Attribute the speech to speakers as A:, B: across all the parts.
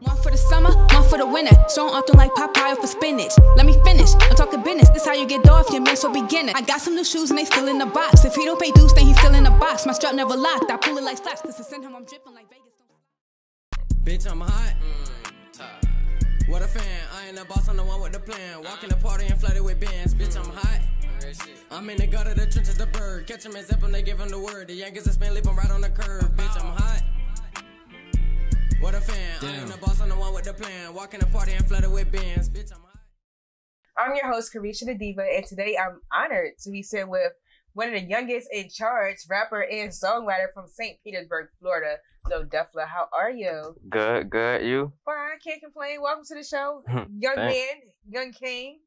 A: the summer, one for the winter. So I'm often like Popeye for spinach. Let me finish. I'm talking business. This how you get off your man so beginner. I got some new shoes and they still in the box. If he don't pay dues, then he's still in the box. My strap never locked. I pull it like flash. This is in him. I'm dripping like Vegas.
B: Bitch, I'm hot. What a fan. I ain't the boss, I'm the one with the plan. Walk in the party and flooded with bands. Bitch, I'm hot. I'm in the gutter, the trenches, the bird. Catch 'em and zip 'em, they give 'em the word. The Yankees are spin, leave 'em right on the curve. Bitch, I'm hot. What a fan. I ain't the boss, I'm the one with the plan. Walk in the party and flooded with bands. Bitch, I'm hot.
C: I'm your host, Carisha the Diva, and today I'm honored to be sitting with one of the youngest in charge, rapper and songwriter from St. Petersburg, Florida, Lil Duffler. How are you?
D: Good, good. You?
C: Fine, can't complain. Welcome to the show, young
D: Thanks.
C: man, young king.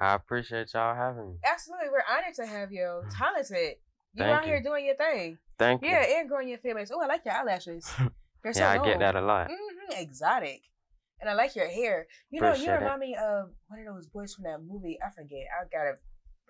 D: I appreciate y'all having me.
C: Absolutely, we're honored to have you. Talented. You're
D: Thank
C: out
D: you.
C: here doing your thing.
D: Thank you.
C: Yeah, and growing your fan base. Oh, I like your eyelashes. They're so
D: yeah, I
C: long.
D: get that a lot.
C: hmm exotic. And I like your hair. You know, you
D: Appreciate it.
C: remind me of one of those boys from that movie. I forget. I gotta,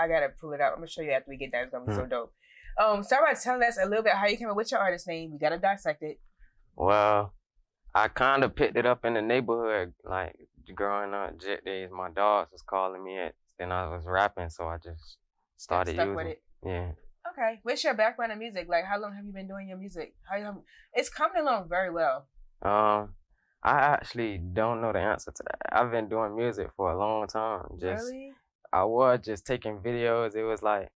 C: I gotta pull it out. I'm gonna show you after we get done. It's gonna be
D: Hmm.
C: so dope. Um, start by telling us a little bit how you came up with your artist name. We gotta dissect it.
D: Well, I kind of picked it up in the neighborhood, like growing up. Jet days, my dogs was calling me it, and I was rapping, so I just started
C: Stuck
D: using.
C: with it.
D: Yeah,
C: Okay. What's your background in music? Like, how long have you been doing your music? How you, it's coming along very well.
D: um, I actually don't know the answer to that. I've been doing music for a long time. Just
C: really?
D: I was just taking videos. It was like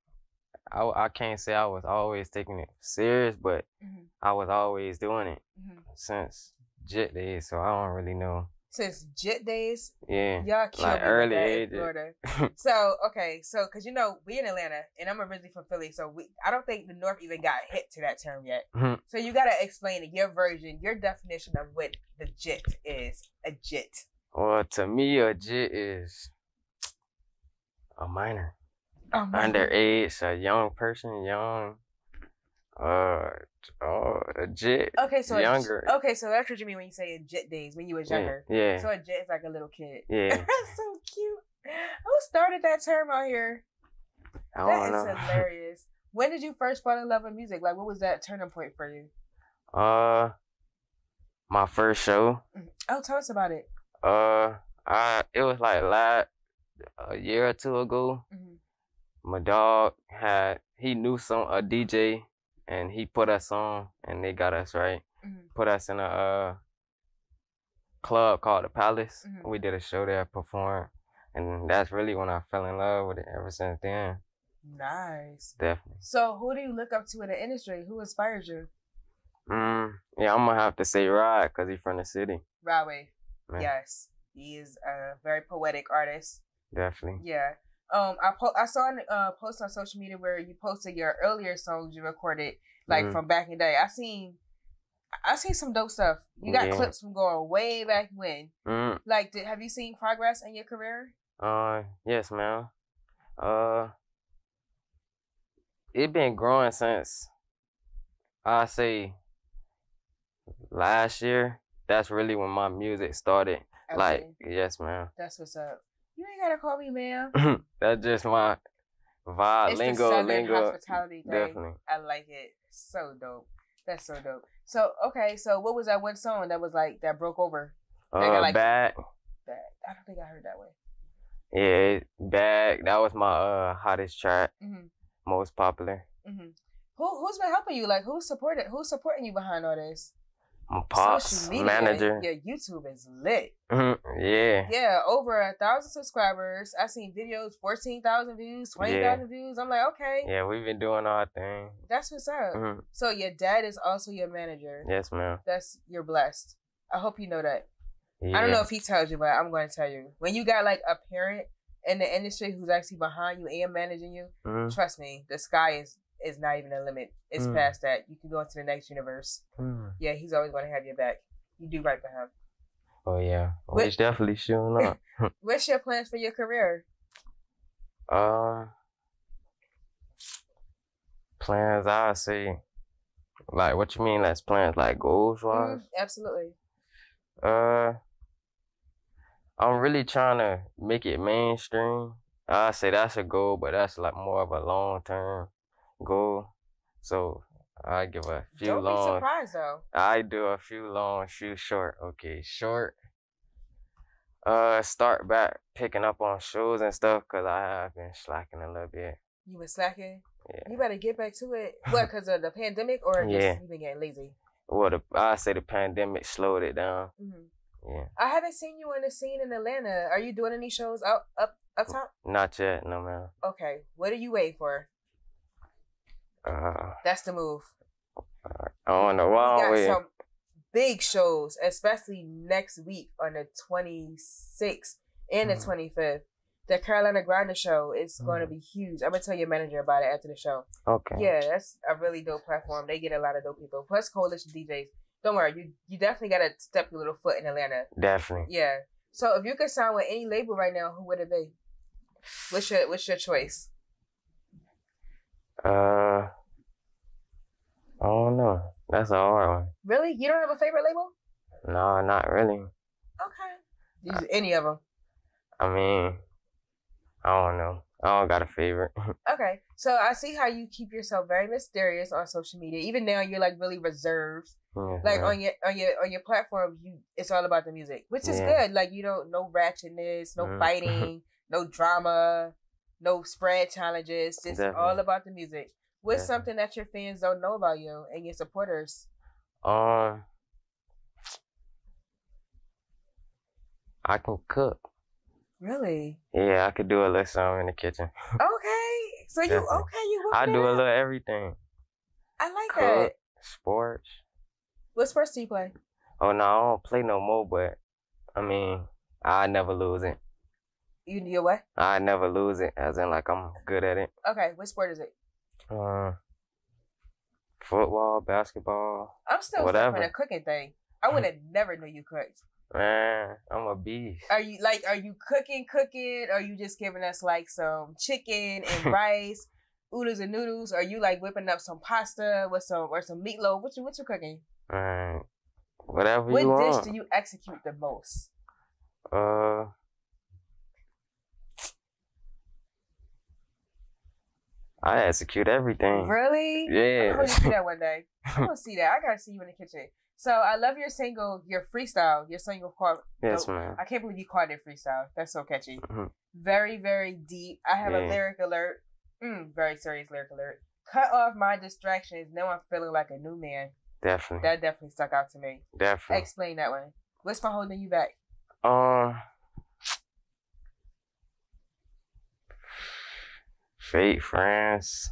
D: I I can't say I was always taking it serious, but
C: Mhm.
D: I was always doing it.
C: Mhm.
D: since JIT days, so I don't really know.
C: Since JIT days,
D: Yeah.
C: Y'all killed
D: Like,
C: me with
D: early
C: that in
D: ages.
C: Florida. so okay, so because you know we in Atlanta, and I'm originally from Philly, so we I don't think the North even got hit to that term yet.
D: Mhm.
C: So you gotta explain it, your version, your definition of what the jit is. A jit.
D: Well, to me, a JIT is a minor,
C: Oh
D: underage, a young person, young. Uh, oh, a JIT.
C: Okay, so a j-
D: Younger.
C: okay, so that's what you mean when you say a jit days when you was
D: Yeah.
C: younger.
D: Yeah.
C: So a jit is like a little kid.
D: yeah.
C: that's so cute. Who started that term out here?
D: I
C: That is
D: don't know.
C: hilarious. When did you first fall in love with music? Like, what was that turning point for you?
D: Uh, my first show.
C: Oh, tell us about it.
D: Uh, I it was like la a year or two ago.
C: Mhm.
D: my dog had he knew some a DJ and he put us on and they got us right.
C: Mhm.
D: Put us in a uh, club called the Palace.
C: Mhm.
D: We did a show there, performed, and that's really when I fell in love with it. Ever since then,
C: Nice.
D: definitely.
C: So, who do you look up to in the industry? Who inspired you?
D: Mm, yeah, I'm gonna have to say Rod because he's from the city.
C: Rahway.
D: Man.
C: Yes, he is a very poetic artist.
D: Definitely.
C: Yeah. Um, I po- I saw a uh, post on social media where you posted your earlier songs you recorded, like
D: Mhm.
C: from back in the day. I seen, I seen some dope stuff. You got
D: Yeah.
C: clips from going way back when.
D: Mm,
C: Like, did, have you seen progress in your career?
D: Uh, yes, ma'am. Uh, it been growing since I say last year. That's really when my music started. Like,
C: Okay,
D: yes, ma'am.
C: that's what's up. You ain't gotta call me ma'am.
D: That's just my vibe,
C: It's the
D: Uh, lingo,
C: Southern
D: lingo.
C: hospitality thing.
D: Definitely.
C: I like it. So dope. That's so dope. So okay, so what was that one song that was like that broke over? They got,
D: Uh,
C: like-
D: back.
C: That I don't think I heard that way.
D: Yeah, back. That was my uh hottest track,
C: hmm
D: most popular.
C: hmm Who who's been helping you? Like who's supported? Who's supporting you behind all this?
D: My pops, manager.
C: Your YouTube is lit.
D: yeah.
C: Yeah, over a thousand subscribers. I seen videos, fourteen thousand views, twenty thousand views. I'm like, okay,
D: Yeah, we've been doing our thing.
C: that's what's up.
D: Mhm.
C: So your dad is also your manager.
D: Yes, ma'am.
C: That's you're blessed. I hope you know that.
D: Yeah.
C: I don't know if he tells you, but I'm going to tell you. When you got like a parent in the industry who's actually behind you and managing you,
D: Mhm.
C: trust me, the sky is is not even a limit. It's
D: Mm.
C: past that. You can go into the next universe. Yeah, he's always going to have your back. You do right by him.
D: Oh yeah,
C: What-
D: which definitely showing up.
C: What's your plans for your career?
D: um, plans I see. Like what you mean? That's plans like goals
C: Mhm,
D: wise.
C: absolutely.
D: Uh, I'm really trying to make it mainstream. I say that's a goal, but that's like more of a long term goal. So I give a few
C: Don't be
D: long.
C: surprised though.
D: I do a few long, few short. Okay, short uh start back picking up on shoes and stuff because I have been slacking a little bit.
C: You been slacking.
D: Yeah.
C: You better get back to it. What? Because of the pandemic, or just
D: Yeah.
C: you been getting lazy?
D: Well, the, I say the pandemic slowed it down.
C: Mhm.
D: Yeah,
C: I haven't seen you in the scene in Atlanta. Are you doing any shows up up up top?
D: not yet, no man.
C: Okay. What are you waiting for?
D: Uh,
C: That's the move.
D: I don't know
C: We
D: why I'm
C: got
D: waiting.
C: some big shows, especially next week on the 26th and the
D: Mhm.
C: 25th. The Carolina Grande show is going to
D: Mhm.
C: be huge. I'm gonna tell your manager about it after the show.
D: Okay.
C: Yeah, that's a really dope platform. They get a lot of dope people. Plus coalition DJs. Don't worry, you you definitely gotta step your little foot in Atlanta.
D: Definitely.
C: Yeah. So if you could sign with any label right now, who would it be? What's your what's your choice?
D: Uh, I don't know. That's a hard one.
C: Really? You don't have a favorite label?
D: No, not really.
C: Okay. These- any of them.
D: I mean, I don't know. I don't got a favorite.
C: Okay. So I see how you keep yourself very mysterious on social media. Even now you're like really reserved.
D: Yeah,
C: Like
D: man.
C: on your on your on your platform, you it's all about the music, which is
D: Yeah.
C: good. Like you don't no ratchetness, no
D: Mhm.
C: fighting, no drama, no spread challenges. It's all
D: Definitely.
C: about the music. What's
D: Definitely.
C: something that your fans don't know about you and your supporters?
D: Um, I can cook.
C: Really?
D: Yeah, I could do a little something in the kitchen.
C: Okay. So you
D: Definitely.
C: okay, you
D: I
C: whipping
D: do
C: it
D: a
C: up.
D: little everything.
C: I like that.
D: Cook, sports.
C: What sports do you play?
D: Oh no, I don't play no more. But I mean, I never lose it.
C: You do what?
D: I never lose it. As in, like I'm good at it.
C: Okay, what sport is it?
D: Uh, football, basketball.
C: I'm still stuck
D: Whatever. Mm-hmm.
C: on the cooking thing. I would have never knew you cooked.
D: Man, I'm a beast.
C: Are you like, are you cooking, cooking? Or are you just giving us like some chicken and rice, oodles and noodles? Are you like whipping up some pasta with some or some meatloaf? What you what you cooking?
D: Man, whatever
C: what
D: you
C: dish
D: want.
C: do you execute the most?
D: Uh, I execute everything.
C: Really? I'm
D: Mm. Yeah.
C: gonna see that one day. I'm gonna see that. I gotta see you in the kitchen. So I love your single, your freestyle, your single called
D: yes, man.
C: I can't believe you called it freestyle. That's so catchy.
D: Mhm.
C: Very, very deep. I have a
D: Yeah.
C: lyric alert. Mm, very serious lyric alert. Cut off my distractions. Now I'm feeling like a new man.
D: Definitely.
C: That definitely stuck out to me.
D: definitely.
C: Explain that one. What's been holding you back?
D: um, fake friends.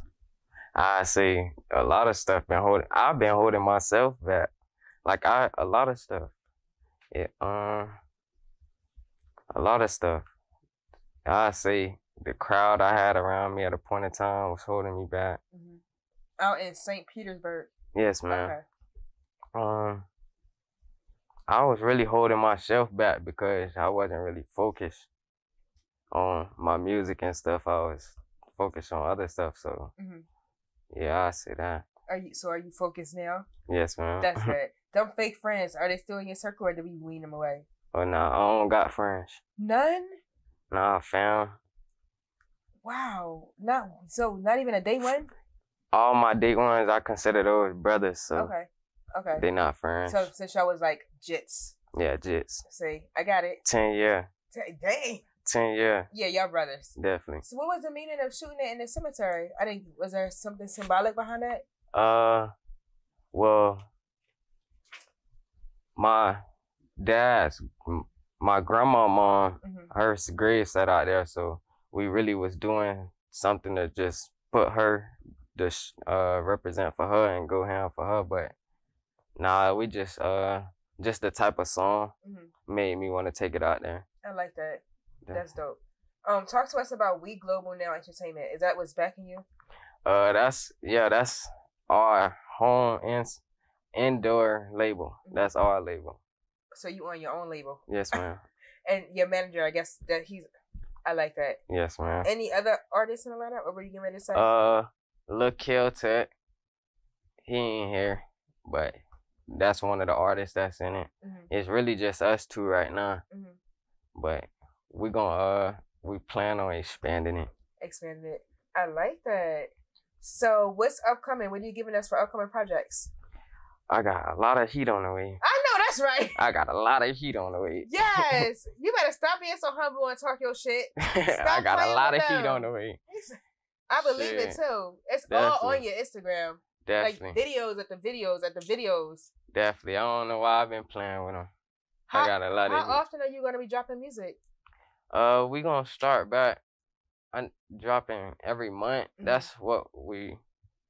D: I see a lot of stuff been holding. I've been holding myself back. Like I, a lot of stuff. Yeah. Um, a lot of stuff. I say the crowd I had around me at a point in time was holding me back.
C: Out in St. Petersburg.
D: Yes, man.
C: Okay.
D: Um, I was really holding myself back because I wasn't really focused on my music and stuff. I was focused on other stuff. So
C: Mhm.
D: yeah, I see that.
C: Are you so? Are you focused now?
D: Yes, man.
C: That's good. Them fake friends. Are they still in your circle, or did we wean them away?
D: oh no, I don't got friends.
C: None.
D: Nah, fam.
C: Wow. Not so. Not even a day one.
D: All my date ones, I consider those brothers. So
C: Okay. Okay.
D: they not friends.
C: So since I was like jits.
D: yeah, jits.
C: See, I got it.
D: Ten year,
C: T- Dang.
D: ten year,
C: Yeah, y'all brothers.
D: definitely.
C: So what was the meaning of shooting it in the cemetery? I think was there something symbolic behind that?
D: Uh, well, my dad's my grandma mom
C: hmm
D: her grave sat out there, so we really was doing something to just put her to sh- uh represent for her and go ham for her. But nah, we just uh just the type of song
C: Mhm.
D: made me want to take it out there.
C: I like that.
D: Yeah.
C: That's dope. Um, talk to us about We Global Now Entertainment. Is that what's backing you?
D: Uh, that's yeah, that's our home and indoor label. That's
C: Mm-hmm.
D: our label.
C: So you on your own label
D: Yes, ma'am.
C: and your manager? I guess that he's. I like that.
D: Yes, ma'am.
C: Any other artists in the lineup, or were you getting ready to say?
D: Uh, Lil Kill Tech. He ain't here, but that's one of the artists that's in it.
C: Mhm.
D: It's really just us two right now,
C: Mhm.
D: but we gonna uh we plan on expanding it.
C: Expanded it. I like that. So what's upcoming? What are you giving us for upcoming projects?
D: I got a lot of heat on the way.
C: I know That's right.
D: I got a lot of heat on the way.
C: Yes. you better stop being so humble and talk your shit.
D: I got a
C: playing
D: lot of
C: with
D: heat
C: them.
D: on the way.
C: I believe it
D: Shit.
C: too. It's all on your Instagram.
D: Definitely,
C: Like videos at the videos at the videos.
D: definitely. I don't know why I've been playing with them.
C: How,
D: I got a lot
C: how
D: of. heat.
C: often are you gonna be dropping music?
D: Uh, we gonna start back. I'm dropping every month.
C: Mhm.
D: That's what we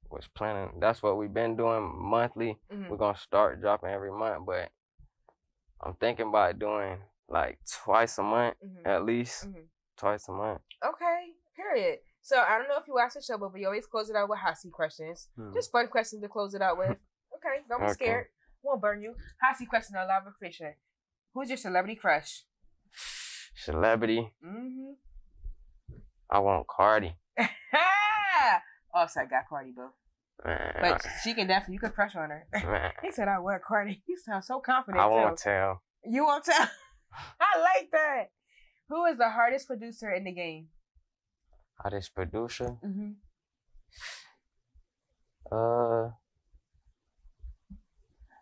D: was planning. That's what we've been doing monthly.
C: Mhm.
D: We're gonna start dropping every month, but I'm thinking about doing like twice a month
C: Mhm.
D: at least.
C: Mhm.
D: Twice a month.
C: Okay. Period. So I don't know if you watch the show, but we always close it out with hot seat questions. Just fun questions to close it out with. Okay, don't be
D: Mm-hmm. Okay.
C: scared. Won't burn you. Hot seat question on live fiction. Who's your celebrity crush?
D: Celebrity.
C: Mm-hmm.
D: I want Cardi.
C: also, Oh, I got Cardi Boo,
D: Man,
C: but she can definitely you can crush on her.
D: I, man,
C: He said, "I want Cardi." You sound so confident.
D: I
C: too.
D: won't tell.
C: You won't tell. I like that. Who is the hardest producer in the game?
D: How this producer?
C: Mm-hmm.
D: Uh,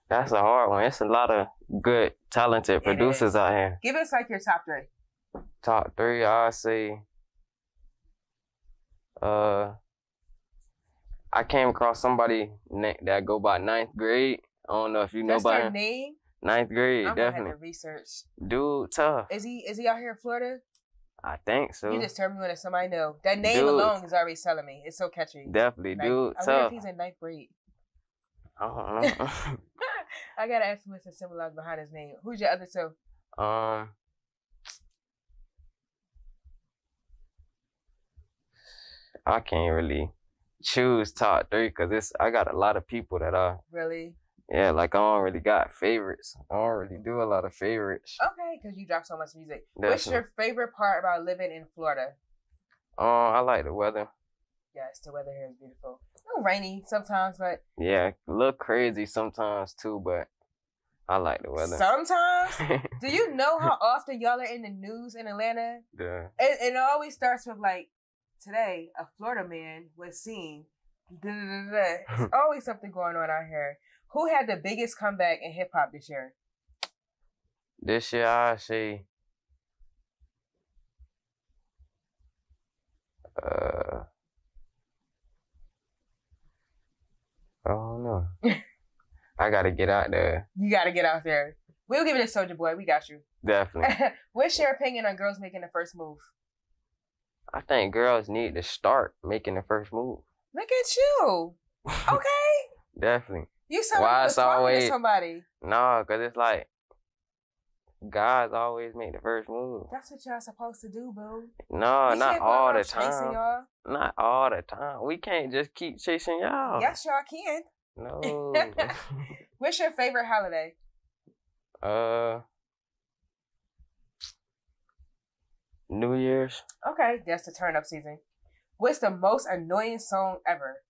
D: that's a hard one. It's a lot of good, talented
C: It is.
D: producers out here.
C: Give us like your top three.
D: top three, I say. Uh, I came across somebody na- that go by ninth grade. I don't know if you know
C: That's
D: about
C: their
D: him.
C: name.
D: Ninth grade,
C: I'm gonna
D: definitely.
C: have to research.
D: Dude, tough.
C: Is he is he out here in Florida?
D: I think so.
C: You just turned me on to somebody know. That name
D: Dude.
C: alone is already selling me. It's so catchy.
D: definitely,
C: Like,
D: dude,
C: I wonder if
D: tough.
C: he's in ninth grade.
D: I don't
C: I gotta ask him what's the symbolism behind his name. Who's your other two?
D: know. um. I can't really choose top three because it's I got a lot of people that I
C: Really?
D: Yeah, like I don't really got favorites. I don't really do a lot of favorites.
C: Okay, because you drop so much music. What's your favorite part about living in Florida?
D: Oh, I like the weather.
C: Yes, the weather here is beautiful. A little rainy sometimes, but
D: Yeah, a little crazy sometimes too, but I like the weather.
C: sometimes Do you know how often y'all are in the news in Atlanta?
D: the,
C: It, it always starts with like, today a Florida man was seen. Da, da, da, da. It's always something going on out here. Who had the biggest comeback in hip hop this year?
D: this year I say uh I don't know. I gotta get out there.
C: You got to get out there. We'll give it to Soldier Boy. We got you.
D: Definitely.
C: What's your opinion on girls making the first move?
D: I think girls need to start making the first move.
C: Look at you. Okay,
D: Definitely.
C: you sound
D: Why
C: like you
D: it's
C: was talking to
D: always-
C: somebody.
D: No, cause it's like guys always make the first move.
C: That's what y'all supposed to do, boo.
D: No,
C: You
D: Oh, not
C: can't go
D: all
C: around
D: the
C: chasing
D: time.
C: y'all.
D: Not all the time. We can't just keep chasing y'all.
C: Yes, y'all can.
D: No.
C: What's your favorite holiday?
D: uh. New Year's.
C: Okay, that's the turn up season. What's the most annoying song ever?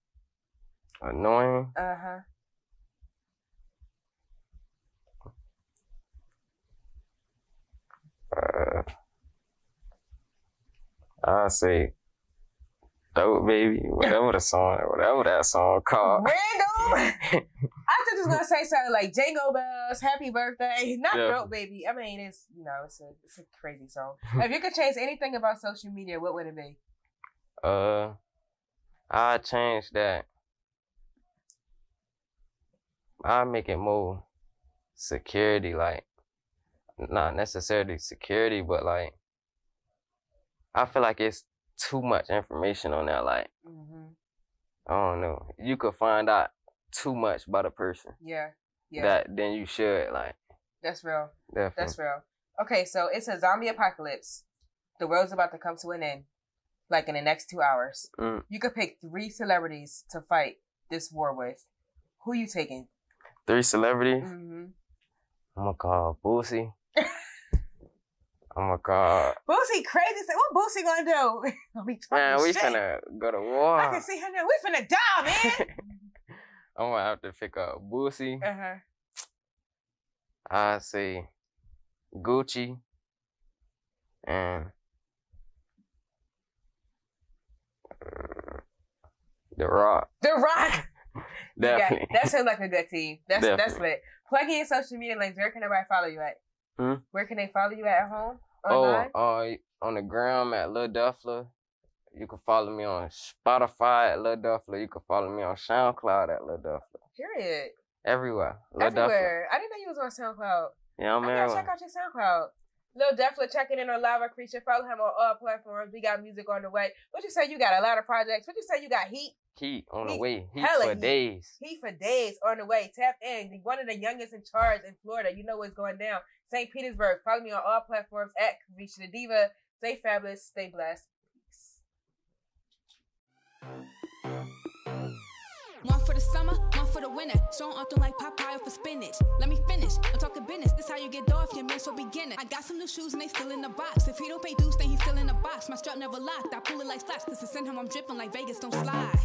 D: Annoying.
C: Uh huh.
D: Uh. I say. Dope baby, whatever the song, whatever that song called.
C: Random. I thought you was gonna say something like Django Bells, Happy Birthday, not
D: Yeah.
C: Dope Baby. I mean, it's you know, it's a it's a crazy song. if you could change anything about social media, what would it be?
D: Uh, I change that. I make it more security, like not necessarily security, but like I feel like it's too much information on that. Like
C: Mm-hmm.
D: I don't know, you could find out too much about a person
C: Yeah, yeah,
D: that then you should like
C: that's real.
D: definitely.
C: That's real. Okay, so it's a zombie apocalypse. The world's about to come to an end, like in the next two hours.
D: Mm.
C: You could pick three celebrities to fight this war with. Who you taking?
D: Three celebrities.
C: Mm-hmm.
D: I'm gonna call Boosie. I'm gonna call.
C: Boosie crazy. Say, what Boosie gonna do? Gonna be talking
D: Man, we
C: shit.
D: finna uh, go to war.
C: I can see her now. We finna die, man.
D: I'm gonna have to pick up Boosie.
C: uh-huh.
D: I say Gucci and uh, The Rock.
C: The Rock. Yeah,
D: Definitely.
C: that sounds like a good team. That's that's
D: Definitely.
C: lit. Plug in your social media links. Where can everybody follow you at?
D: Hmm?
C: Where can they follow you at, at home?
D: Oh,
C: Online?
D: uh, on the gram at Lil Duffler. You can follow me on Spotify at Lil Duffler. You can follow me on SoundCloud at Lil Duffler.
C: period.
D: Everywhere. Lil Oh, Duffler.
C: Everywhere. I didn't know you was on SoundCloud.
D: Yeah, I'm
C: I gotta
D: everywhere.
C: check out your SoundCloud. Lil definitely checking in on Live Rock Creature. Follow him on all platforms. We got music on the way. What you say? You got a lot of projects. What you say? You got heat,
D: Heat on the
C: Heat.
D: way. Heat
C: Hella
D: for
C: heat.
D: days.
C: heat for days on the way. Tap in. The- One of the youngest in charge in Florida. You know what's going down. St. Petersburg. Follow me on all platforms at Carisha the Diva. Stay fabulous. Stay blessed. Peace.
A: One for the summer, one for the winter. Strong off them like Popeye for spinach. Let me finish. I'm talking business. This how you get off your mental beginner. I got some new shoes and they still in the box. If he don't pay dues, then he's still in the box. My strap never locked. I pull it like slots. Cause it's in him, I'm dripping like Vegas don't slide.